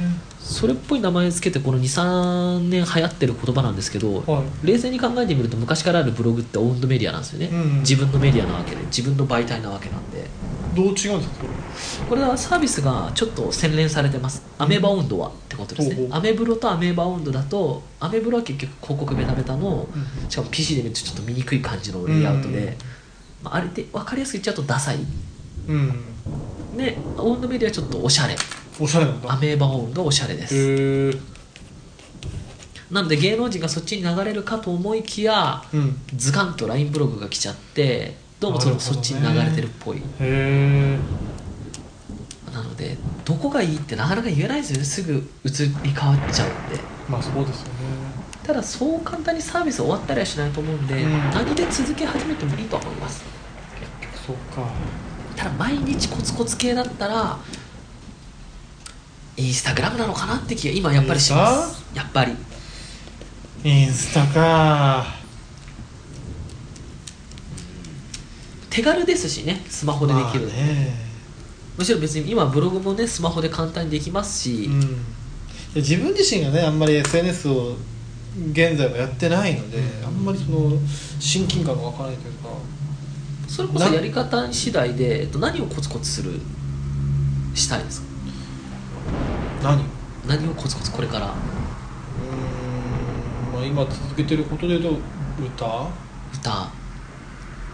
[SPEAKER 2] ね
[SPEAKER 1] それっぽい名前つけてこの23年流行ってる言葉なんですけど、
[SPEAKER 2] は
[SPEAKER 1] 冷静に考えてみると昔からあるブログってオウンドメディアなんですよね、
[SPEAKER 2] うん
[SPEAKER 1] 自分のメディアなわけで自分の媒体なわけなんで
[SPEAKER 2] いどう違うんですかそれ
[SPEAKER 1] これはサービスがちょっと洗練されてますアメーバオウンドはってことですね、
[SPEAKER 2] ほうほう
[SPEAKER 1] アメブロとアメーバオウンドだとアメブロは結局広告ベタベタの、しかも PC で見るとちょっと見にくい感じのレイアウトで、
[SPEAKER 2] うん
[SPEAKER 1] まあ、あれで分かりやすく言っちゃうとダサい
[SPEAKER 2] うん
[SPEAKER 1] ねオウンドメディアちょっとおしゃれ
[SPEAKER 2] おしゃれなんだ
[SPEAKER 1] アメーバオウンドおしゃれで
[SPEAKER 2] へ
[SPEAKER 1] す、
[SPEAKER 2] え
[SPEAKER 1] なので芸能人がそっちに流れるかと思いきや
[SPEAKER 2] うん
[SPEAKER 1] 図鑑と LINE ブログが来ちゃってどうもそれもそっちに流れてるっぽいな,、
[SPEAKER 2] へえ
[SPEAKER 1] のでどこがいいってなかなか言えないですよねすぐ移り変わっちゃうんで
[SPEAKER 2] まあそうですよね
[SPEAKER 1] ただそう簡単にサービス終わったりはしないと思うんで、
[SPEAKER 2] うん
[SPEAKER 1] 何で続け始めてもいいと思います
[SPEAKER 2] そうか
[SPEAKER 1] ただ毎日コツコツ系だったらインスタグラムなのかなって気が今やっぱりしますやっぱり
[SPEAKER 2] インスタか
[SPEAKER 1] 手軽ですしねスマホでできる、
[SPEAKER 2] まあね
[SPEAKER 1] むしろ別に今ブログもねスマホで簡単にできますし、
[SPEAKER 2] うんいや自分自身がねあんまり SNS を現在はやってないのであんまりその親近感が湧かないというか
[SPEAKER 1] それこそやり方次第でえっと何をコツコツするしたいですか
[SPEAKER 2] 何う
[SPEAKER 1] 何をコツコツこれから
[SPEAKER 2] ーん、まあ、今続けてることで言うと歌
[SPEAKER 1] 歌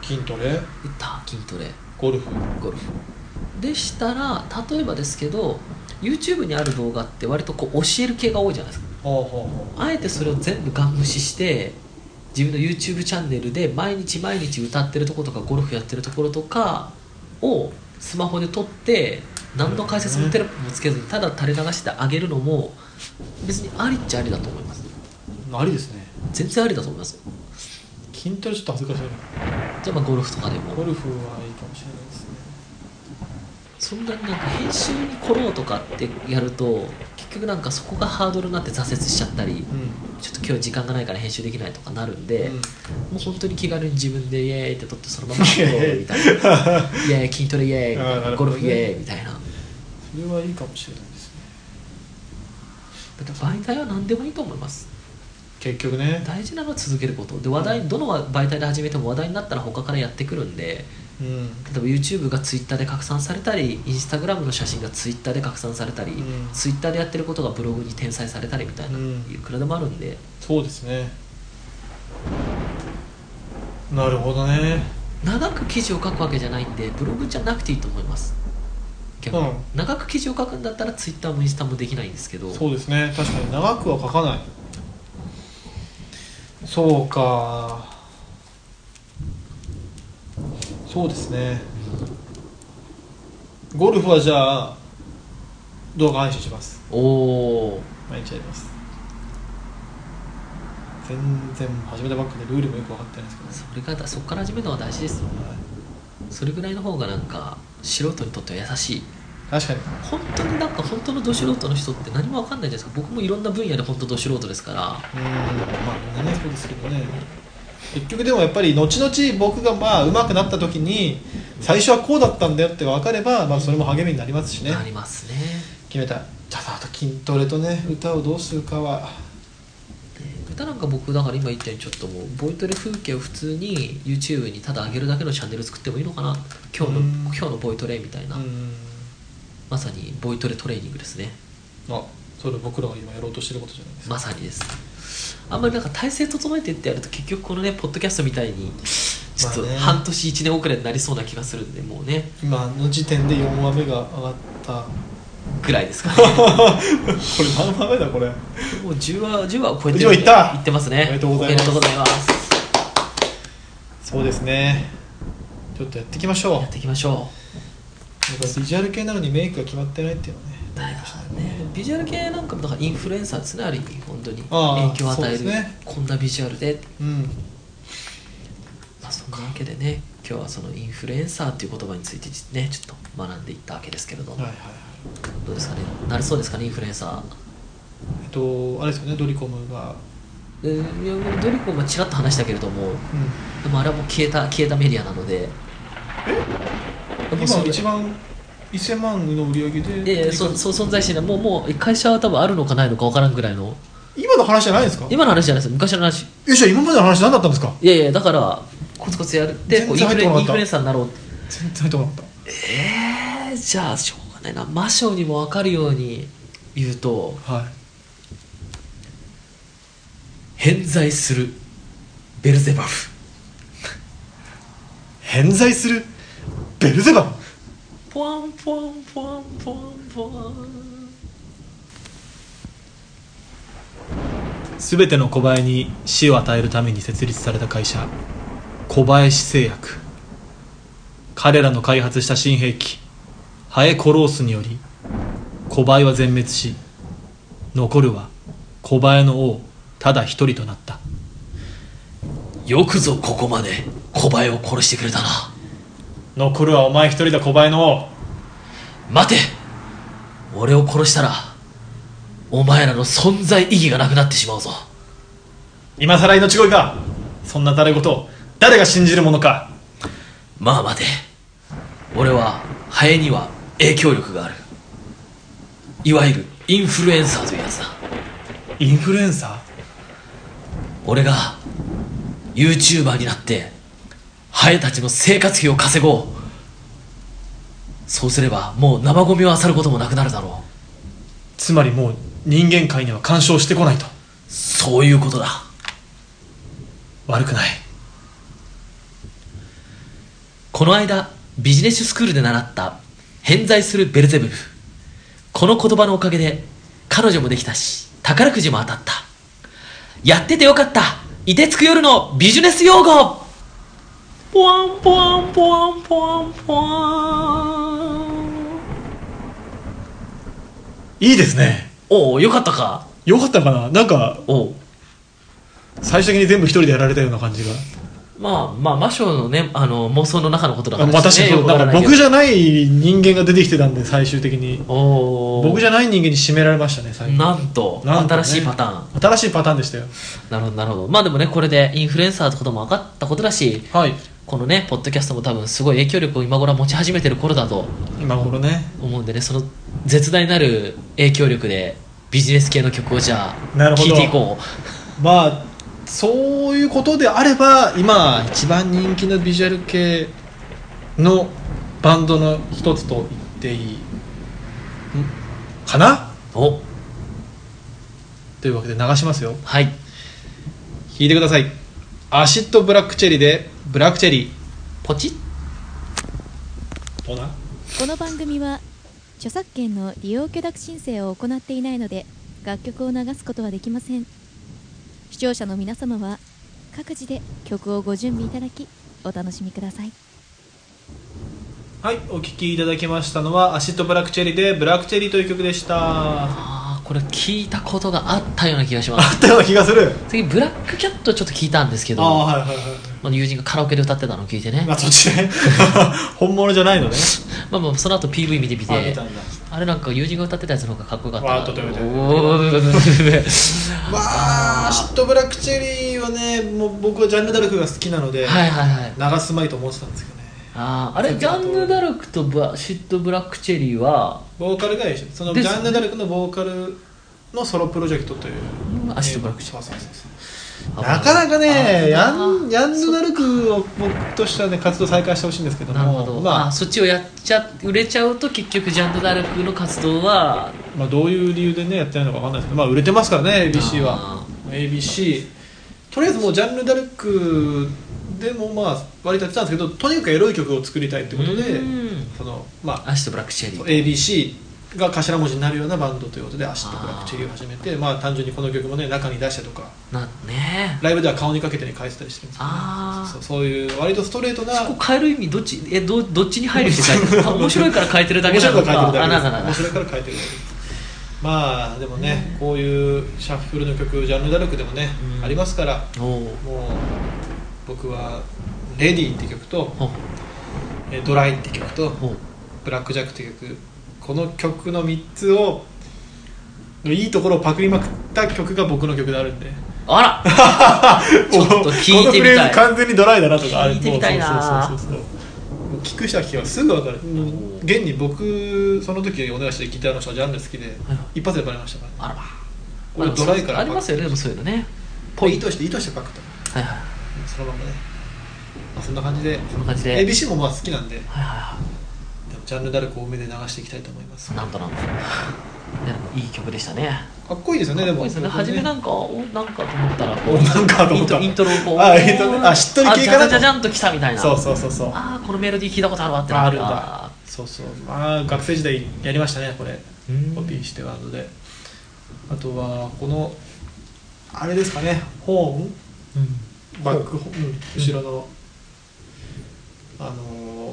[SPEAKER 2] 筋トレ
[SPEAKER 1] 歌筋トレ
[SPEAKER 2] ゴルフ
[SPEAKER 1] ゴルフでしたら例えばですけど YouTube にある動画って割とこう教える系が多いじゃないですか
[SPEAKER 2] はあは
[SPEAKER 1] あえてそれを全部ガン無視して自分の YouTube チャンネルで毎日毎日歌ってるとことかゴルフやってるところとかをスマホで撮って何の解説もテロップもつけずにただ垂れ流してあげるのも別にありっちゃありだと思います
[SPEAKER 2] あはあありですね
[SPEAKER 1] 全然ありだと思いますよ
[SPEAKER 2] 筋トレちょっと恥ずかしい
[SPEAKER 1] じゃあまあゴルフとかで
[SPEAKER 2] なゴ
[SPEAKER 1] も
[SPEAKER 2] ルフはいいかもしれないですね
[SPEAKER 1] そんなになんか編集に来ろうとかってやると結局なんかそこがハードルになって挫折しちゃったりちょっと今日は時間がないから編集できないとかなるんで、
[SPEAKER 2] うん
[SPEAKER 1] もう本当に気軽に自分でイエーイって撮ってそのままアップロードみたいなイエーイ筋トレイエーイみたい
[SPEAKER 2] あーな
[SPEAKER 1] な
[SPEAKER 2] る
[SPEAKER 1] ゴ
[SPEAKER 2] ほ
[SPEAKER 1] ル
[SPEAKER 2] どね
[SPEAKER 1] フイエーイみたいなだ
[SPEAKER 2] それはいいかもしれないですね
[SPEAKER 1] って媒体は何でもいいと思います
[SPEAKER 2] 結局ね
[SPEAKER 1] 大事なのは続けることで話題どの媒体で始めても話題になったら他からやってくるんで
[SPEAKER 2] うん、
[SPEAKER 1] 例えば YouTube が Twitter で拡散されたり Instagram の写真が Twitter で拡散されたり、
[SPEAKER 2] ん
[SPEAKER 1] Twitter でやってることがブログに転載されたりみたいな、
[SPEAKER 2] うん
[SPEAKER 1] いくらでもあるんで
[SPEAKER 2] そうですねなるほどね
[SPEAKER 1] 長く記事を書くわけじゃないんでブログじゃなくていいと思います逆に、
[SPEAKER 2] うん
[SPEAKER 1] 長く記事を書くんだったら Twitter もインスタもできないんですけど
[SPEAKER 2] そうですね確かに長くは書かないそうかそうですねゴルフはじゃあ動画配信します
[SPEAKER 1] おお
[SPEAKER 2] 毎日やります全然始めたばっかでルールもよく分かってないですけど、
[SPEAKER 1] それがだそこから始めるのは大事ですよそれぐらいの方がなんか素人にとっては優しい
[SPEAKER 2] 確かに
[SPEAKER 1] 本当になんか本当のど素人の人って何も分かんないじゃないですか僕もいろんな分野で本当ど素人ですから
[SPEAKER 2] うんまあみんなねそうですけどね結局でもやっぱり後々僕がまあ上手くなった時に最初はこうだったんだよって分かれば、まあ、それも励みになりますしね
[SPEAKER 1] ありますね
[SPEAKER 2] 決めたただあと筋トレとね歌をどうするかは
[SPEAKER 1] で歌なんか僕だから今言ったようにちょっともうボイトレ風景を普通に YouTube にただ上げるだけのチャンネル作ってもいいのかな今日の
[SPEAKER 2] うん
[SPEAKER 1] 今日のボイトレみたいな、
[SPEAKER 2] うん
[SPEAKER 1] まさにボイトレトレーニングですね
[SPEAKER 2] あそれ僕らが今やろうとしてることじゃないですか、
[SPEAKER 1] まさにですあんまりなんか体勢整えてってやると結局このねポッドキャストみたいにちょっと
[SPEAKER 2] まあね
[SPEAKER 1] 半年1年遅れになりそうな気がするんでもうね
[SPEAKER 2] 今の時点で4話目が上が *laughs* った
[SPEAKER 1] ぐらいですかね
[SPEAKER 2] *laughs* これ何話目だこれ
[SPEAKER 1] もう10話10話を超えて
[SPEAKER 2] 10話いった
[SPEAKER 1] いってますね
[SPEAKER 2] おめでとうございます
[SPEAKER 1] おめでとうございます
[SPEAKER 2] そうですねちょっとやっていきましょう
[SPEAKER 1] やっていきましょ
[SPEAKER 2] なんかビジュアル系なのにメイクが決まってないっていうのはね
[SPEAKER 1] うねビジュアル系なんかもだからインフルエンサーですねある意味本当に
[SPEAKER 2] ああ
[SPEAKER 1] 影響を与える、
[SPEAKER 2] そうですね
[SPEAKER 1] こんなビジュアルで、
[SPEAKER 2] うん
[SPEAKER 1] まあ、そんなわけでね今日はそのインフルエンサーっていう言葉についてねちょっと学んでいったわけですけれど、
[SPEAKER 2] はいはいはい
[SPEAKER 1] どうですかねなれそうですかねインフルエンサー
[SPEAKER 2] えっとあれですよねドリコムが
[SPEAKER 1] えーいやもうドリコンはちらっと話したけれども
[SPEAKER 2] うん
[SPEAKER 1] でもあれはもう消えた消えたメディアなのでもうそ
[SPEAKER 2] 今
[SPEAKER 1] れ
[SPEAKER 2] 一番1000万の売り上げ
[SPEAKER 1] い
[SPEAKER 2] で
[SPEAKER 1] やいやそそう存在してないもうもう会社は多分あるのかないのか分からんぐらいの
[SPEAKER 2] 今の話じゃないですか
[SPEAKER 1] 今の話じゃないですよ昔の話
[SPEAKER 2] えじゃあ今までの話何だったんですか
[SPEAKER 1] いやいやだからコツコツやるって
[SPEAKER 2] 全
[SPEAKER 1] こうイン
[SPEAKER 2] 然
[SPEAKER 1] フル
[SPEAKER 2] 入ってこなかった
[SPEAKER 1] インフルエンサーになろう
[SPEAKER 2] 全然入ってこなかっ
[SPEAKER 1] えー、じゃあしょうがないな魔性にも分かるように言うと
[SPEAKER 2] たはい
[SPEAKER 1] 偏在するベルゼバフ
[SPEAKER 2] 偏在するベルゼバ
[SPEAKER 1] ポワンポワンポワンポワンポワン
[SPEAKER 2] 全ての小林に死を与えるために設立された会社小林製薬彼らの開発した新兵器ハエコロースにより小林は全滅し残るは小林の王ただ一人となった
[SPEAKER 1] よくぞここまで小林を殺してくれたな
[SPEAKER 2] 残るはお前一人だ小林の王
[SPEAKER 1] 待て俺を殺したらお前らの存在意義がなくなってしまうぞ
[SPEAKER 2] 今更命乞いかそんな誰事を誰が信じるものか
[SPEAKER 1] まあ待て俺はハエには影響力があるいわゆるインフルエンサーというやつだ
[SPEAKER 2] インフルエンサ
[SPEAKER 1] 俺が YouTuber になってハエたちの生活費を稼ごうそうすればもう生ゴミを漁ることもなくなるだろう
[SPEAKER 2] ーつまりもう人間界には干渉してこないと
[SPEAKER 1] そういうことだ
[SPEAKER 2] 悪くない
[SPEAKER 1] この間ビジネススクールで習った偏在するベルゼブルこの言葉のおかげで彼女もできたし宝くじも当たったやっててよかった凍てつく夜のビジネス用語ポワンポワンポワンポワンポワン
[SPEAKER 2] いいですね
[SPEAKER 1] おおよかったか
[SPEAKER 2] よかったかななんか
[SPEAKER 1] おう
[SPEAKER 2] 最終的に全部一人でやられたような感じが、
[SPEAKER 1] まあまあ魔性のねあの妄想の中のことだから
[SPEAKER 2] 私
[SPEAKER 1] ね
[SPEAKER 2] そう
[SPEAKER 1] よくわ
[SPEAKER 2] だからら
[SPEAKER 1] ないけ
[SPEAKER 2] 僕
[SPEAKER 1] ど
[SPEAKER 2] じゃない人間が出てきてたんで最終的に
[SPEAKER 1] お
[SPEAKER 2] 僕じ
[SPEAKER 1] ゃ
[SPEAKER 2] ゃない人間に締められましたね最後
[SPEAKER 1] なんと
[SPEAKER 2] なんとね
[SPEAKER 1] 新しいパターン
[SPEAKER 2] 新しいパターンでしたよ
[SPEAKER 1] なるほどなるほどまあでもねこれでインフルエンサーってことも分かったことだし
[SPEAKER 2] はい
[SPEAKER 1] このねポッドキャストも多分すごい影響力を今頃は持ち始めてる頃だと
[SPEAKER 2] 今頃ね
[SPEAKER 1] 思うんでねその絶大なる影響力でビジネス系の曲をじゃ
[SPEAKER 2] な
[SPEAKER 1] あ
[SPEAKER 2] るほ
[SPEAKER 1] 聴
[SPEAKER 2] ど
[SPEAKER 1] いていこ
[SPEAKER 2] まあそういうことであれば今一番人気のビジュアル系のバンドの一つと言っていいんかな
[SPEAKER 1] うお
[SPEAKER 2] というわけで流しますよ
[SPEAKER 1] はい
[SPEAKER 2] 弾いてくださいアシッドブラックチェリーでブラックチェリー
[SPEAKER 1] ポチッ
[SPEAKER 2] どうな
[SPEAKER 4] この番組は著作権の利用許諾申請を行っていないので楽曲を流すことはできません視聴者の皆様は各自で曲をご準備いただきお楽しみください
[SPEAKER 2] はいお聴きいただきましたのはアシッドブラックチェリーでブラックチェリーという曲でしたあ
[SPEAKER 1] あーこれ聞いたことがあったような気がし
[SPEAKER 2] *laughs*
[SPEAKER 1] ます
[SPEAKER 2] ったような気がする
[SPEAKER 1] 次ブラックキャットちょっと聞いたんですけど
[SPEAKER 2] ああはいはいはい
[SPEAKER 1] まあ友人がカラオケで歌ってたのを聞いてね
[SPEAKER 2] まあそっち
[SPEAKER 1] *laughs*
[SPEAKER 2] ね本物じゃないのね
[SPEAKER 1] まあまあその後 PV 見てみ
[SPEAKER 2] あ見
[SPEAKER 1] て
[SPEAKER 2] たんだ
[SPEAKER 1] あれなんか友人が歌ってたやつの方がかっこよかった
[SPEAKER 2] わーっと止めて *laughs*
[SPEAKER 1] は
[SPEAKER 2] まあアシッドブラックチェリーはねもう僕はジャンヌ・ダルクが好きなので、
[SPEAKER 1] い *laughs* はいはい
[SPEAKER 2] 流すまいと思ってたんですけどね
[SPEAKER 1] あーあれジャンヌ・ダルクとブラシッド・ブラック・チェリーは
[SPEAKER 2] ボーカルが一緒そのジ
[SPEAKER 1] ですね
[SPEAKER 2] ャンヌ・ダルクのボーカルのソロプロジェクトという
[SPEAKER 1] アシッド・ブラック・チェリ
[SPEAKER 2] そうそうそうそう
[SPEAKER 1] ー
[SPEAKER 2] なかなかねヤ
[SPEAKER 1] あー
[SPEAKER 2] ンヤンヌ・ダルクを僕としてはね活動再開してほしいんですけども
[SPEAKER 1] なるほど、
[SPEAKER 2] ま
[SPEAKER 1] あ
[SPEAKER 2] あ
[SPEAKER 1] そっちをやっちゃ売れちゃうと結局ジャンヌ・ダルクの活動は
[SPEAKER 2] まあ、どういう理由でねやってないのかわかんないですけど、まあ、売れてますからね ABC は
[SPEAKER 1] あ
[SPEAKER 2] ABC とりあえずもうジャンヌ・ダルクでもまあ割とやってたんですけどとにかくエロい曲を作りたいってことで
[SPEAKER 1] うん
[SPEAKER 2] そのまあ
[SPEAKER 1] アシッド・ブラック・チェリー
[SPEAKER 2] ABC が頭文字になるようなバンドということでアシッドブラックチェリーを始めてまあ単純にこの曲もね中に出したりとか
[SPEAKER 1] なね
[SPEAKER 2] ライブでは顔にかけてね返したりしてるんですけど、ね
[SPEAKER 1] あ、ー
[SPEAKER 2] そうそういう割とストレートな
[SPEAKER 1] こう変える意味どっちえどどっちに配慮して
[SPEAKER 2] *laughs*
[SPEAKER 1] 変えるあ面白いから変えてるだけ
[SPEAKER 2] 面
[SPEAKER 1] な
[SPEAKER 2] 白
[SPEAKER 1] の
[SPEAKER 2] いから書いてる
[SPEAKER 1] かあ
[SPEAKER 2] だ
[SPEAKER 1] なん
[SPEAKER 2] け
[SPEAKER 1] だ
[SPEAKER 2] で
[SPEAKER 1] な
[SPEAKER 2] す
[SPEAKER 1] ん
[SPEAKER 2] 面
[SPEAKER 1] だ
[SPEAKER 2] 白いから書いてるだけですまあでもね、こういうシャッフルの曲ジャンヌ・ダルクでもね、
[SPEAKER 1] うん
[SPEAKER 2] ありますから
[SPEAKER 1] おお
[SPEAKER 2] もう僕は「レディー」って曲と
[SPEAKER 1] ほ
[SPEAKER 2] 「えードライ」って曲と
[SPEAKER 1] ほ
[SPEAKER 2] 「ブラック・ジャック」って曲この曲の3つをのいいところをパクりまくった曲が僕の曲であるんで
[SPEAKER 1] あらちょっと聞いてみたい
[SPEAKER 2] このフレーズ完全にドライだなとかあれ
[SPEAKER 1] 聞いてみたいな
[SPEAKER 2] もうそうそうそうそうもう聞く人は聞けばすぐ分かるもう現に僕その時お願いしてギターの人はジャンル好きで、
[SPEAKER 1] はい
[SPEAKER 2] 一発でバレましたからね
[SPEAKER 1] あら
[SPEAKER 2] これドライから
[SPEAKER 1] ありますよねでもそういうのね
[SPEAKER 2] ポイントして意図してパクった
[SPEAKER 1] はいはい
[SPEAKER 2] そのままね、まあ、そんな感じで
[SPEAKER 1] こんな感じで
[SPEAKER 2] ABC もまあ好きなんででも
[SPEAKER 1] はいはいはい
[SPEAKER 2] ジャンルダルク多めで流していきたいと思いますか
[SPEAKER 1] なんとなんと。ねいい曲でしたね。
[SPEAKER 2] っこいいですよねで
[SPEAKER 1] かっ
[SPEAKER 2] も
[SPEAKER 1] こいいですね。初めなんか、お、なんかと思ったら、こ
[SPEAKER 2] おなんかと思った
[SPEAKER 1] イントロイントロをこう。
[SPEAKER 2] あイントロねあしっとり系かな
[SPEAKER 1] あじゃじゃじゃんと来たみたいな。
[SPEAKER 2] そうそうそうそう
[SPEAKER 1] ああ、このメロディー聞いたことあるわって
[SPEAKER 2] あ
[SPEAKER 1] な
[SPEAKER 2] あ
[SPEAKER 1] ん
[SPEAKER 2] るん
[SPEAKER 1] か
[SPEAKER 2] だ。そうそうまあ学生時代やりましたねこれ
[SPEAKER 1] うん
[SPEAKER 2] コピーしてワードであとはこのあれですかねホーンバックホーン、うん後ろの、あのー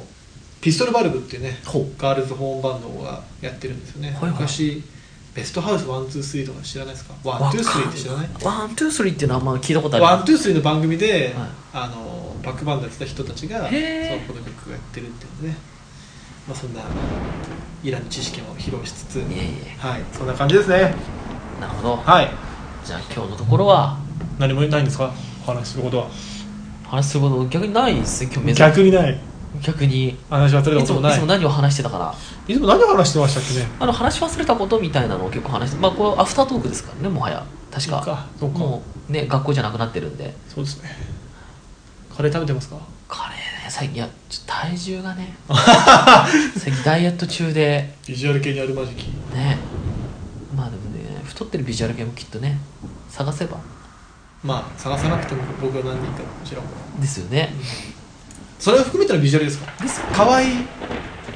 [SPEAKER 2] ピストルバルブっていうね
[SPEAKER 1] ほう
[SPEAKER 2] ガールズホーンバンドがやってるんですよね、
[SPEAKER 1] はいはい
[SPEAKER 2] 昔ベストハウスワンツースリーとか知らないですかワンツースリーって知らない
[SPEAKER 1] ワン、ツー、スリーっていうのはあんま聞いたことある
[SPEAKER 2] ワン・ツー・スリーの番組で、
[SPEAKER 1] はい
[SPEAKER 2] あのバックバンドやってた人たちがそう
[SPEAKER 1] へー
[SPEAKER 2] この曲やってるっていうのでね、まあ、そんなイランの知識も披露しつつ
[SPEAKER 1] いえい
[SPEAKER 2] はいそんな感じですね
[SPEAKER 1] えなるほど
[SPEAKER 2] はい
[SPEAKER 1] じゃあ今日のところは
[SPEAKER 2] 何もないんですかお話しすることは
[SPEAKER 1] 話すること逆にないですね今日珍しい
[SPEAKER 2] 逆にない
[SPEAKER 1] 逆にい
[SPEAKER 2] 話忘れたこ
[SPEAKER 1] つ
[SPEAKER 2] とも
[SPEAKER 1] もい
[SPEAKER 2] ない
[SPEAKER 1] つ
[SPEAKER 2] い
[SPEAKER 1] も何を話してたから
[SPEAKER 2] つも何話してましたっけね
[SPEAKER 1] あの話し忘れたことみたいなのを結構話してまあこれアフタートークですからねもはや確か
[SPEAKER 2] そうかそうか
[SPEAKER 1] もうね学校じゃなくなってるんで
[SPEAKER 2] そうですねカレー食べてますか
[SPEAKER 1] カレーね最近いやちょっと体重が
[SPEAKER 2] *laughs*
[SPEAKER 1] ね最近ダイエット中で
[SPEAKER 2] ビジュアル系にあるまじき
[SPEAKER 1] ねまあでもね太ってるビジュアル系もきっとね探せば
[SPEAKER 2] まあ探さなくても僕は何人か知らんから
[SPEAKER 1] ですよね
[SPEAKER 2] それを含めてのビジュアルですか
[SPEAKER 1] ですよ
[SPEAKER 2] かわいい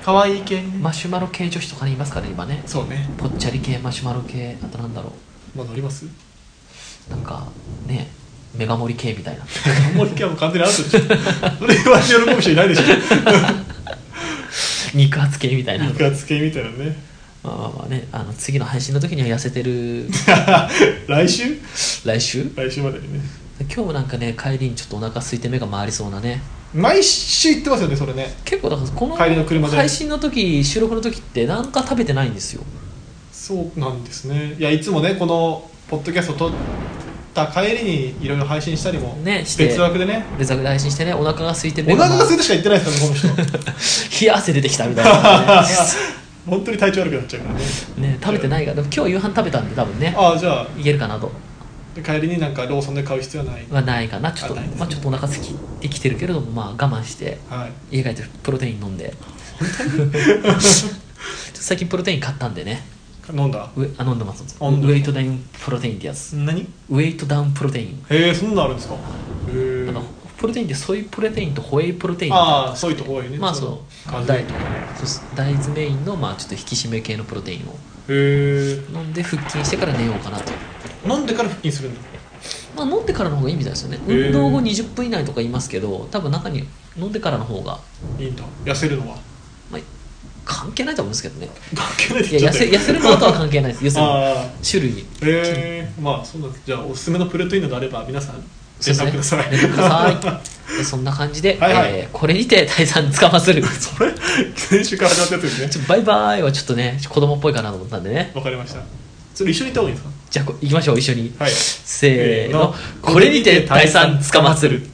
[SPEAKER 2] かわいい系にね
[SPEAKER 1] マシュマロ系女子とかにいますからね今ね
[SPEAKER 2] そうね
[SPEAKER 1] ぽっちゃり系マシュマロ系あとなんだろ
[SPEAKER 2] まあ乗り *laughs* ます
[SPEAKER 1] うなんかねメガ盛り系み
[SPEAKER 2] *laughs*
[SPEAKER 1] たいな
[SPEAKER 2] あんまり今日も完全にアウトでしょ *laughs* それ言われて喜ぶ人い *laughs* ないでしょ
[SPEAKER 1] 肉厚系みたいな
[SPEAKER 2] 肉厚系みたいなね
[SPEAKER 1] まあまあまあねあの次の配信の時には痩せてる
[SPEAKER 2] 来週
[SPEAKER 1] 来週
[SPEAKER 2] 来週までにね
[SPEAKER 1] 今日もなんかね帰りにちょっとお腹空いて目が回りそうなね
[SPEAKER 2] 毎週行ってますよねそれね
[SPEAKER 1] 結構だからこの
[SPEAKER 2] 帰りの車で
[SPEAKER 1] 配信の時収録の時ってなんか食べてないんですよ
[SPEAKER 2] そうなんですねいやいつもねこのポッドキャスト撮った帰りにいろいろ配信したりも、
[SPEAKER 1] ねして
[SPEAKER 2] 別枠でね
[SPEAKER 1] レザグで配信してねお腹が空いて
[SPEAKER 2] お腹が空い
[SPEAKER 1] い
[SPEAKER 2] てしか言ってないですからねこ
[SPEAKER 1] *laughs*
[SPEAKER 2] の人
[SPEAKER 1] て冷や汗出てきたみたいな、
[SPEAKER 2] *laughs* 本当に体調悪くなっちゃ
[SPEAKER 1] *laughs*
[SPEAKER 2] うからね
[SPEAKER 1] ねね食べてないからでも今日夕飯食べたんで多分ね
[SPEAKER 2] ああじゃあ
[SPEAKER 1] いけるかなと
[SPEAKER 2] 帰りになんかローソンで買う必要はない
[SPEAKER 1] はないかなちょっと
[SPEAKER 2] あないです
[SPEAKER 1] まあ、ちょっとお腹空いてきてるけれどもまあ我慢して
[SPEAKER 2] はい
[SPEAKER 1] 家帰ってプロテイン飲ん
[SPEAKER 2] *laughs*
[SPEAKER 1] で *laughs* ちょっと最近プロテイン買ったんでね
[SPEAKER 2] 飲んだ
[SPEAKER 1] ウェあ飲んでますウ
[SPEAKER 2] 飲んでます
[SPEAKER 1] ェイトダウンプロテインってやつ
[SPEAKER 2] 何へ
[SPEAKER 1] ウェイトダウンプロテイン
[SPEAKER 2] えそんなのあるんですかへ
[SPEAKER 1] なんか
[SPEAKER 2] え
[SPEAKER 1] プロテインってソイプロテインとホエイプロテイン
[SPEAKER 2] ああそういうとこがいいね
[SPEAKER 1] まあそ
[SPEAKER 2] の
[SPEAKER 1] う
[SPEAKER 2] 風
[SPEAKER 1] 大
[SPEAKER 2] 邪とかね
[SPEAKER 1] そうっす大豆メインのまあちょっと引き締め系のプロテインを
[SPEAKER 2] へえ
[SPEAKER 1] 飲んで腹筋してから寝ようかなと、
[SPEAKER 2] 飲んでから腹筋するんだ
[SPEAKER 1] まあ、飲んでからの方がいいみたいですよね
[SPEAKER 2] へー
[SPEAKER 1] 運動後20分以内とか言いますけど多分中に飲んでからの方が、
[SPEAKER 2] いいんだ痩せるのは
[SPEAKER 1] *laughs* まあ、関係ないと思うんですけどね
[SPEAKER 2] 関係ないっ
[SPEAKER 1] い
[SPEAKER 2] て言
[SPEAKER 1] や
[SPEAKER 2] っ
[SPEAKER 1] 痩
[SPEAKER 2] ちゃ
[SPEAKER 1] せ
[SPEAKER 2] った
[SPEAKER 1] 痩せるのとは関係ないです要するに
[SPEAKER 2] あ
[SPEAKER 1] 種類
[SPEAKER 2] あへえまあそうなんですじゃあおすすめのプロテインなどあれば皆さん
[SPEAKER 1] そうですね
[SPEAKER 2] 連絡ください
[SPEAKER 1] 連絡くださいでそんな感じで、
[SPEAKER 2] はいはい
[SPEAKER 1] えーこれにて退散つかまつる
[SPEAKER 2] *laughs* それ先週から始まったやつですね
[SPEAKER 1] ちょバイバイはちょっとね子供っぽいかなと思ったんでね
[SPEAKER 2] わかりましたそれ一緒に行った方がいいんです
[SPEAKER 1] じゃあこ行きましょう一緒に
[SPEAKER 2] かはい
[SPEAKER 1] せーの
[SPEAKER 2] せーの
[SPEAKER 1] これにて退散つかまつる